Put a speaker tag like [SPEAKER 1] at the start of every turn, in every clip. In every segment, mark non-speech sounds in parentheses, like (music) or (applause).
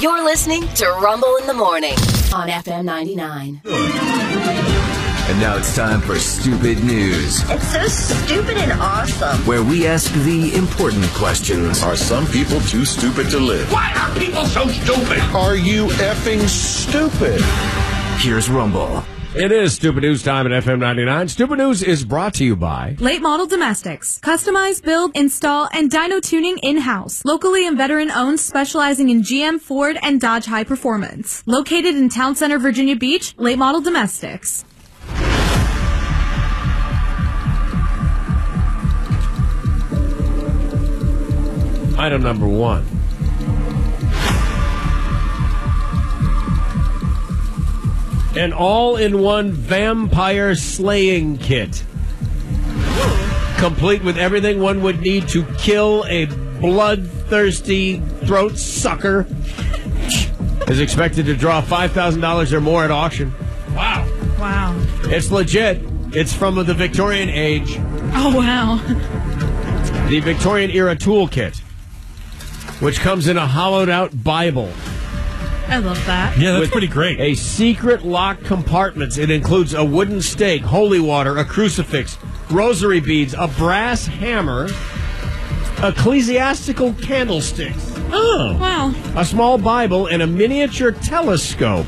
[SPEAKER 1] You're listening to Rumble in the Morning on FM 99.
[SPEAKER 2] And now it's time for Stupid News,
[SPEAKER 3] It's so stupid and awesome.
[SPEAKER 2] where we ask the important questions.
[SPEAKER 4] Are some people too stupid to live?
[SPEAKER 5] Why are people so stupid?
[SPEAKER 4] Are you effing stupid?
[SPEAKER 2] Here's Rumble.
[SPEAKER 6] It is Stupid News time at FM 99. Stupid News is brought to you by
[SPEAKER 7] Late model domestics. Customize, build, install, and dyno tuning in-house. Locally and veteran owned, specializing in GM, Ford, and Dodge high performance. Located in Town Center, Virginia Beach, late model domestics.
[SPEAKER 6] item number one. An all in one vampire slaying kit. Complete with everything one would need to kill a bloodthirsty throat sucker. Is expected to draw $5,000 or more at auction. Wow.
[SPEAKER 7] Wow.
[SPEAKER 6] It's legit. It's from the Victorian age.
[SPEAKER 7] Oh, wow.
[SPEAKER 6] the Victorian era toolkit, which comes in a hollowed out Bible.
[SPEAKER 7] I love that.
[SPEAKER 8] Yeah, that's
[SPEAKER 6] with
[SPEAKER 8] pretty great.
[SPEAKER 6] A secret locked compartments. It includes a wooden stake, holy water, a crucifix, rosary beads, a brass hammer, ecclesiastical candlesticks, oh.
[SPEAKER 7] Wow.
[SPEAKER 6] a small Bible, and a miniature telescope.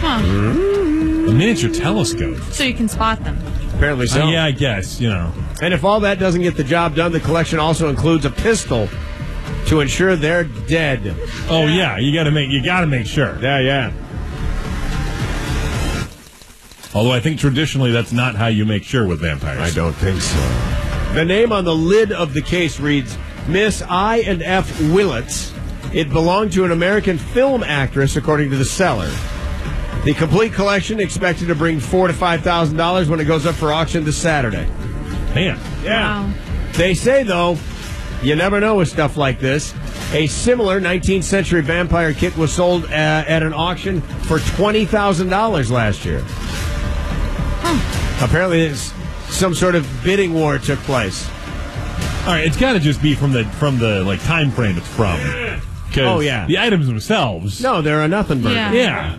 [SPEAKER 7] Huh.
[SPEAKER 8] A miniature telescope.
[SPEAKER 7] So you can spot them.
[SPEAKER 6] Apparently so.
[SPEAKER 8] Uh, yeah, I guess, you know.
[SPEAKER 6] And if all that doesn't get the job done, the collection also includes a pistol to ensure they're dead.
[SPEAKER 8] Oh yeah, you gotta make you gotta make sure.
[SPEAKER 6] Yeah, yeah.
[SPEAKER 8] Although I think traditionally that's not how you make sure with vampires.
[SPEAKER 6] I don't think so. The name on the lid of the case reads Miss I and F Willits. It belonged to an American film actress, according to the seller. The complete collection expected to bring four to five thousand dollars when it goes up for auction this Saturday.
[SPEAKER 8] Man.
[SPEAKER 6] Yeah.
[SPEAKER 7] Wow.
[SPEAKER 6] They say though, you never know with stuff like this. A similar 19th century vampire kit was sold uh, at an auction for twenty thousand dollars last year. Apparently, it's some sort of bidding war took place.
[SPEAKER 8] All right, it's gotta just be from the from the like time frame it's from. 'Cause
[SPEAKER 6] Oh, yeah.
[SPEAKER 8] The items themselves.
[SPEAKER 6] No, they're a nothing burger.
[SPEAKER 7] Yeah.
[SPEAKER 8] Yeah.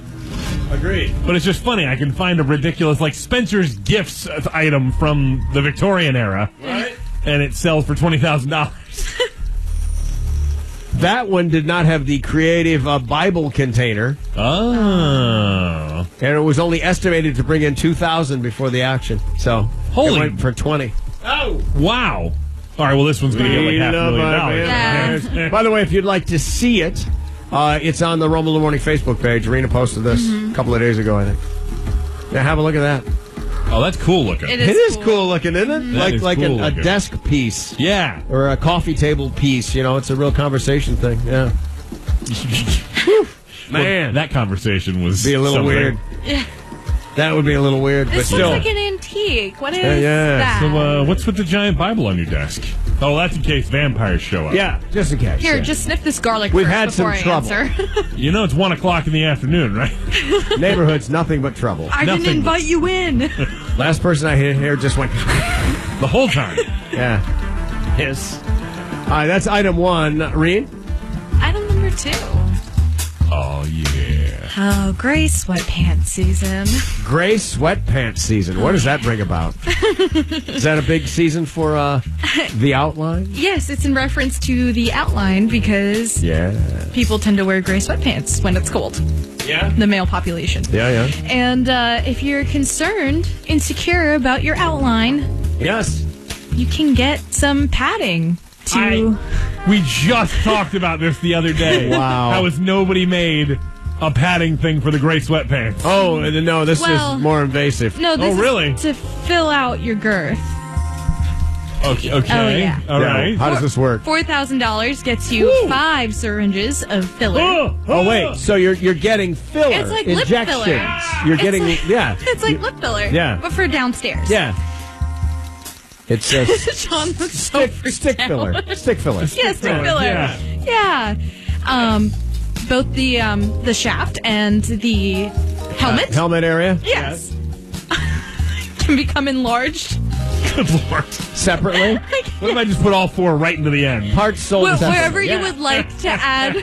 [SPEAKER 6] Agreed.
[SPEAKER 8] But it's just funny. I can find a ridiculous like Spencer's gifts item from the Victorian era,
[SPEAKER 6] Right?
[SPEAKER 8] and it sells for twenty thousand dollars.
[SPEAKER 6] That one did not have the creative uh, Bible container,
[SPEAKER 8] Oh.
[SPEAKER 6] and it was only estimated to bring in two thousand before the auction. So
[SPEAKER 8] Holy-
[SPEAKER 6] it went for
[SPEAKER 7] (laughs)
[SPEAKER 6] twenty.
[SPEAKER 8] Oh. Wow. All right. Well, this one's gonna get like half a million dollars.
[SPEAKER 7] man.
[SPEAKER 6] By the way, if you'd like to see it, uh, it's on the Rumble in the Morning Facebook page. Rena posted this
[SPEAKER 7] Mm-hmm.
[SPEAKER 6] a couple of days ago, I think. Now have a look at that.
[SPEAKER 8] Oh, that's cool looking.
[SPEAKER 7] It
[SPEAKER 6] It is
[SPEAKER 7] is Mm-hmm.
[SPEAKER 6] cool, looking, isn't it?
[SPEAKER 8] That
[SPEAKER 6] like
[SPEAKER 8] is
[SPEAKER 6] like
[SPEAKER 8] cool
[SPEAKER 6] an, a
[SPEAKER 8] looking.
[SPEAKER 6] desk piece (laughs)
[SPEAKER 8] Yeah.
[SPEAKER 6] or a coffee table piece. You know, it's a real conversation thing. Yeah,
[SPEAKER 8] Man, that conversation was
[SPEAKER 6] be a little
[SPEAKER 8] something.
[SPEAKER 6] weird. That would be a little weird, but
[SPEAKER 7] This
[SPEAKER 6] still.
[SPEAKER 7] looks like an antique. What is
[SPEAKER 6] yeah.
[SPEAKER 7] that?
[SPEAKER 8] So, uh, what's with the giant Bible on your desk? Oh, that's in case vampires show up.
[SPEAKER 6] yeah, just in case.
[SPEAKER 7] Here,
[SPEAKER 6] yeah.
[SPEAKER 7] just sniff this garlic
[SPEAKER 6] We've
[SPEAKER 7] first
[SPEAKER 6] had some
[SPEAKER 7] before I
[SPEAKER 6] trouble. (laughs)
[SPEAKER 7] answer.
[SPEAKER 8] You know it's one o'clock in the afternoon, right? (laughs)
[SPEAKER 6] Neighborhood's nothing but trouble.
[SPEAKER 7] I
[SPEAKER 8] Nothing.
[SPEAKER 7] didn't invite
[SPEAKER 6] (laughs)
[SPEAKER 7] you in.
[SPEAKER 6] Last person I hit here just went, (laughs)
[SPEAKER 8] The whole time.
[SPEAKER 6] yeah. Yes. All right, that's item one. Reed?
[SPEAKER 7] Item number two.
[SPEAKER 8] oh yeah.
[SPEAKER 7] Oh, gray sweatpants season.
[SPEAKER 6] Gray sweatpants season. What does that bring
[SPEAKER 7] (laughs)
[SPEAKER 6] about? Is that a big season for uh, the outline?
[SPEAKER 7] (laughs) Yes, it's in reference to the outline because
[SPEAKER 6] Yeah.
[SPEAKER 7] people tend to wear gray sweatpants when it's cold,
[SPEAKER 8] Yeah.
[SPEAKER 7] the male population.
[SPEAKER 6] Yeah, yeah.
[SPEAKER 7] And uh, if you're concerned, insecure about your outline,
[SPEAKER 6] Yes.
[SPEAKER 7] you can get some padding to.
[SPEAKER 8] We just talked about this the other day.
[SPEAKER 6] (laughs) Wow.
[SPEAKER 8] How is nobody made a padding thing for the gray sweatpants?
[SPEAKER 6] Oh, and then- no, this
[SPEAKER 7] Well-
[SPEAKER 6] is more invasive.
[SPEAKER 7] No, this
[SPEAKER 8] Oh,
[SPEAKER 7] is
[SPEAKER 8] really?
[SPEAKER 7] to fill out your girth.
[SPEAKER 8] Okay. okay.
[SPEAKER 7] Oh, yeah.
[SPEAKER 8] All right.
[SPEAKER 6] How does this work?
[SPEAKER 7] $4,000 gets you
[SPEAKER 8] Woo.
[SPEAKER 7] five syringes of filler.
[SPEAKER 8] Oh,
[SPEAKER 6] Oh,
[SPEAKER 8] (laughs)
[SPEAKER 6] wait. So you're you're getting filler
[SPEAKER 7] It's like lip filler.
[SPEAKER 6] injections. You're
[SPEAKER 7] It's
[SPEAKER 6] getting
[SPEAKER 7] like-
[SPEAKER 6] yeah.
[SPEAKER 7] (laughs) It's like lip filler.
[SPEAKER 6] Yeah.
[SPEAKER 7] But for downstairs. (laughs)
[SPEAKER 6] yeah. It's a
[SPEAKER 7] Sean looks so
[SPEAKER 6] stick, stick filler. Stick filler.
[SPEAKER 7] Yeah, stick filler.
[SPEAKER 8] Yeah.
[SPEAKER 7] Yeah. Um, both the um, the shaft and the helmet. (laughs)
[SPEAKER 6] Helmet area.
[SPEAKER 7] yes. Can become enlarged.
[SPEAKER 8] Good lord.
[SPEAKER 7] (laughs)
[SPEAKER 9] separately.
[SPEAKER 8] What if I just put all four right into the end?
[SPEAKER 9] Heart, soul,
[SPEAKER 7] Wh-
[SPEAKER 9] and separately.
[SPEAKER 7] wherever you
[SPEAKER 9] Yeah.
[SPEAKER 7] would like to add.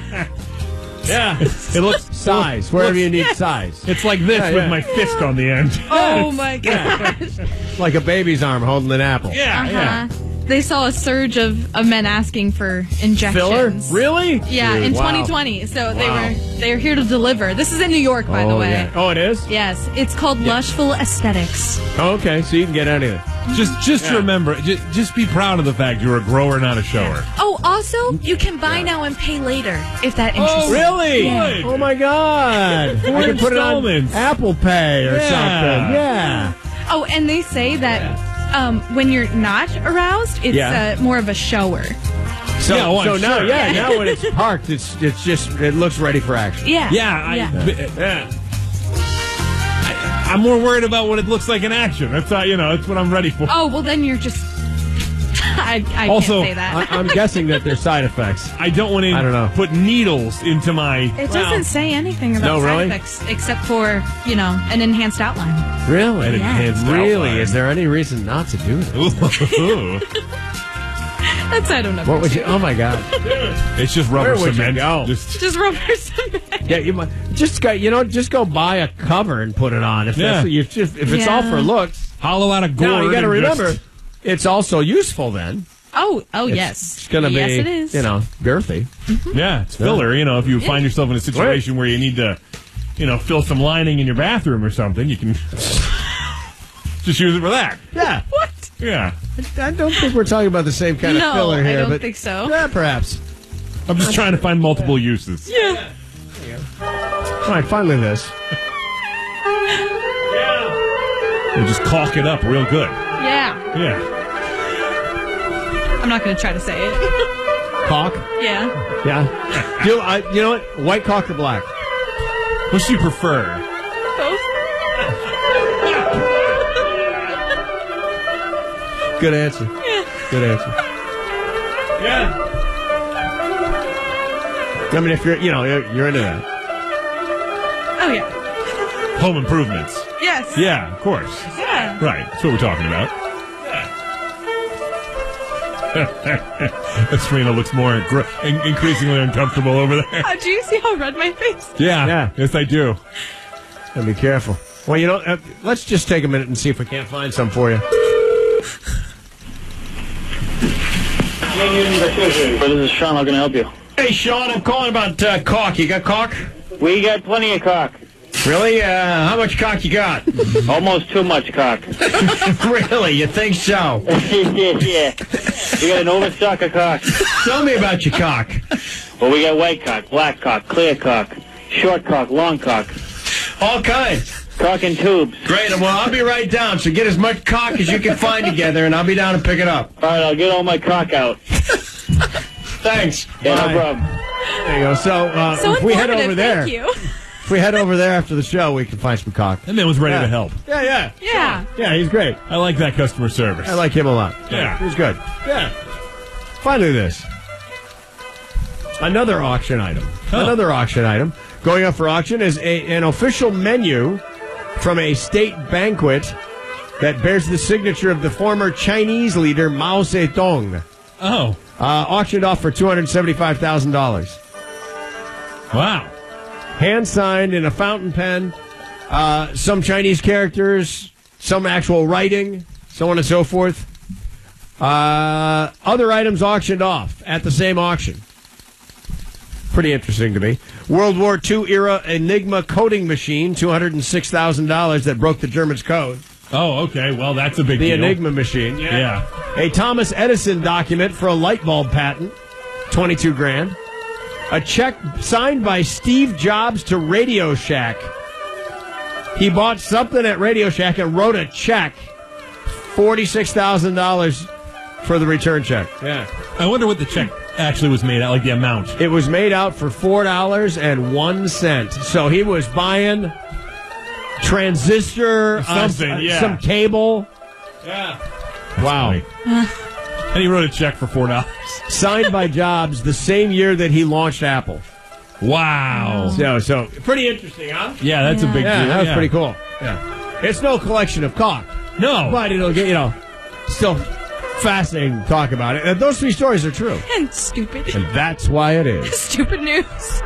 [SPEAKER 8] Yeah.
[SPEAKER 6] (laughs)
[SPEAKER 8] It looks.
[SPEAKER 9] size, wherever you need size,
[SPEAKER 8] It's like this
[SPEAKER 6] Yeah,
[SPEAKER 8] with
[SPEAKER 6] yeah.
[SPEAKER 8] my fist on the end. (laughs)
[SPEAKER 7] Oh my gosh.
[SPEAKER 6] Like a baby's arm holding an apple.
[SPEAKER 8] Yeah, yeah.
[SPEAKER 7] Uh-huh. They saw a surge of, of men asking for injections.
[SPEAKER 9] filler. Really?
[SPEAKER 7] Yeah,
[SPEAKER 6] Dude,
[SPEAKER 7] in
[SPEAKER 6] wow.
[SPEAKER 7] 2020. So they
[SPEAKER 6] Wow.
[SPEAKER 7] were they are here to deliver. This is in New York, by the
[SPEAKER 6] Oh,
[SPEAKER 7] way.
[SPEAKER 6] yeah.
[SPEAKER 9] Oh, it is.
[SPEAKER 7] Yes, it's called Lushful Aesthetics.
[SPEAKER 6] Oh, okay, so you can get anything.
[SPEAKER 8] Just, just remember, just, just be proud of the fact you're a grower, not a shower.
[SPEAKER 7] Oh, also, you can buy now and pay later if that interests you.
[SPEAKER 6] Really?
[SPEAKER 8] Yeah.
[SPEAKER 6] Oh my God!
[SPEAKER 8] Four
[SPEAKER 6] I can put it on
[SPEAKER 8] installments.
[SPEAKER 6] Apple Pay or
[SPEAKER 8] Yeah.
[SPEAKER 6] something. Yeah.
[SPEAKER 7] Oh, and they say that um, when you're not aroused, it's
[SPEAKER 6] Yeah.
[SPEAKER 7] uh, more of a shower.
[SPEAKER 6] So,
[SPEAKER 8] Yeah, oh,
[SPEAKER 6] so
[SPEAKER 8] I'm
[SPEAKER 6] now,
[SPEAKER 8] sure.
[SPEAKER 6] yeah, now when it's parked, it's it's just it looks ready for action.
[SPEAKER 7] Yeah.
[SPEAKER 8] Yeah, I, yeah. I, I'm more worried about what it looks like in action. That's uh, you know, that's what I'm ready for.
[SPEAKER 7] Oh, well, then you're just. (laughs) I, I
[SPEAKER 8] Also,
[SPEAKER 7] can't say that.
[SPEAKER 6] I, I'm guessing that there's side effects.
[SPEAKER 8] I don't want to
[SPEAKER 6] I don't know.
[SPEAKER 8] put needles into my.
[SPEAKER 7] It doesn't say anything about
[SPEAKER 6] No,
[SPEAKER 7] side
[SPEAKER 6] really?
[SPEAKER 7] effects except for, you know, an enhanced outline. (laughs)
[SPEAKER 6] Really?
[SPEAKER 8] An enhanced
[SPEAKER 6] Really?
[SPEAKER 8] outline.
[SPEAKER 6] Is there any reason not to do
[SPEAKER 8] (laughs)
[SPEAKER 6] that?
[SPEAKER 8] Ooh.
[SPEAKER 7] That's I don't know.
[SPEAKER 6] What would you? Oh my God!
[SPEAKER 8] it's just rubber
[SPEAKER 6] Where would you
[SPEAKER 8] cement.
[SPEAKER 6] go?
[SPEAKER 8] Just-
[SPEAKER 7] (laughs) Just rubber cement.
[SPEAKER 6] Yeah, you might, just go. You know, just go buy a cover and put it on. If that's
[SPEAKER 8] Yeah.
[SPEAKER 6] you just if it's all
[SPEAKER 7] Yeah.
[SPEAKER 6] for looks.
[SPEAKER 8] hollow out a gourd.
[SPEAKER 6] Now you got to
[SPEAKER 8] and just-
[SPEAKER 6] remember, it's also useful. Then
[SPEAKER 7] Oh, oh
[SPEAKER 6] It's-
[SPEAKER 7] yes.
[SPEAKER 6] it's going to
[SPEAKER 7] yes,
[SPEAKER 6] be
[SPEAKER 7] it is.
[SPEAKER 6] you know girthy.
[SPEAKER 8] yeah, it's filler. You know, if you find yourself in a situation where you need to, you know, fill some lining in your bathroom or something, you can (laughs) just use it for that.
[SPEAKER 6] Yeah,
[SPEAKER 7] What?
[SPEAKER 8] Yeah,
[SPEAKER 6] I don't think we're talking about the same kind
[SPEAKER 7] No,
[SPEAKER 6] of filler
[SPEAKER 7] I
[SPEAKER 6] here.
[SPEAKER 7] don't
[SPEAKER 6] but
[SPEAKER 7] think so.
[SPEAKER 6] Yeah, perhaps.
[SPEAKER 8] I'm just trying to find multiple uses.
[SPEAKER 7] Yeah.
[SPEAKER 6] All right, finally this.
[SPEAKER 8] We'll just caulk it up real good.
[SPEAKER 7] Yeah.
[SPEAKER 8] Yeah,
[SPEAKER 7] I'm not going to try to say (laughs) it.
[SPEAKER 6] Caulk.
[SPEAKER 7] Yeah.
[SPEAKER 6] Yeah. Do I? You know what? White caulk or black?
[SPEAKER 8] what do you prefer?
[SPEAKER 7] Both.
[SPEAKER 6] Good answer. Good answer.
[SPEAKER 8] Yeah.
[SPEAKER 6] I mean, if you're you know you're, you're into that.
[SPEAKER 7] Oh yeah.
[SPEAKER 8] Home improvements.
[SPEAKER 7] Yes.
[SPEAKER 8] Yeah, of course.
[SPEAKER 7] Yeah.
[SPEAKER 8] Right. That's what we're talking about. (laughs) That's Serena looks more ingr- in- increasingly uncomfortable over there.
[SPEAKER 7] Oh, do you see how red my face?
[SPEAKER 8] Yeah.
[SPEAKER 6] Yeah.
[SPEAKER 8] Yes, I do.
[SPEAKER 6] And be careful. Well, you know, uh, let's just take a minute and see if we can't find some for you.
[SPEAKER 10] But this is Sean. How can I help you?
[SPEAKER 6] Hey, Sean, I'm calling about uh, caulk. You got caulk?
[SPEAKER 10] We got plenty of cock.
[SPEAKER 6] Really? Uh, how much cock you got? (laughs)
[SPEAKER 10] Almost too much (laughs) cock.
[SPEAKER 6] really? You think so?
[SPEAKER 10] yeah. We got an overstock of cock.
[SPEAKER 6] Tell me about your cock.
[SPEAKER 10] Well, we got white cock, black cock, clear cock, short cock, long cock,
[SPEAKER 6] All kinds.
[SPEAKER 10] cock and tubes.
[SPEAKER 6] Great. Well, I'll be right down. So get as much cock as you can find together, and I'll be down to pick it up.
[SPEAKER 10] All right, I'll get all my cock out.
[SPEAKER 6] Thanks.
[SPEAKER 10] Yeah,
[SPEAKER 6] Bye.
[SPEAKER 10] no problem.
[SPEAKER 6] There you go. So, uh,
[SPEAKER 7] So
[SPEAKER 6] if we head
[SPEAKER 7] informative,
[SPEAKER 6] over there,
[SPEAKER 7] Thank you.
[SPEAKER 6] if we head over there after the show, we can find some cock.
[SPEAKER 8] That man was ready to help.
[SPEAKER 6] Yeah, yeah,
[SPEAKER 7] Yeah.
[SPEAKER 6] yeah. He's great.
[SPEAKER 8] I like that customer service.
[SPEAKER 6] I like him a lot.
[SPEAKER 8] Yeah.
[SPEAKER 6] He's good.
[SPEAKER 8] yeah.
[SPEAKER 6] Finally, this. Another auction item.
[SPEAKER 8] Huh.
[SPEAKER 6] Another auction item. Going up for auction is a, an official menu from a state banquet that bears the signature of the former Chinese leader Mao Zedong.
[SPEAKER 8] Oh,
[SPEAKER 6] Uh, auctioned off for $275,000.
[SPEAKER 8] wow.
[SPEAKER 6] Hand signed in a fountain pen, uh, some Chinese characters, some actual writing, so on and so forth. Uh, other items auctioned off at the same auction. Pretty interesting to me. World War II era Enigma coding machine, $206,000 that broke the Germans' code.
[SPEAKER 8] Oh, okay. Well, that's a big
[SPEAKER 6] The
[SPEAKER 8] deal.
[SPEAKER 6] Enigma machine.
[SPEAKER 8] Yeah.
[SPEAKER 6] A Thomas Edison document for a light bulb patent, 22 grand. A check signed by Steve Jobs to Radio Shack. He bought something at Radio Shack and wrote a check, $46,000 for the return check.
[SPEAKER 8] Yeah. I wonder what the check actually was made out, like the amount.
[SPEAKER 6] It was made out for $4.01. So he was buying transistor, uh,
[SPEAKER 8] Something, yeah.
[SPEAKER 6] some cable.
[SPEAKER 8] Yeah.
[SPEAKER 6] Wow.
[SPEAKER 8] Funny. and he wrote a check for four dollars.
[SPEAKER 6] Signed by Jobs the same year that he launched Apple.
[SPEAKER 8] Wow.
[SPEAKER 6] So, so pretty interesting, huh?
[SPEAKER 8] Yeah, that's a big
[SPEAKER 6] Yeah, Oh.
[SPEAKER 8] deal.
[SPEAKER 6] that was pretty cool. Yeah, it's no collection of cock,
[SPEAKER 8] No.
[SPEAKER 6] but it'll get you know. Still fascinating (laughs) to talk about it. And those three stories are true.
[SPEAKER 7] And stupid. (laughs)
[SPEAKER 6] And that's why it is.
[SPEAKER 7] Stupid news.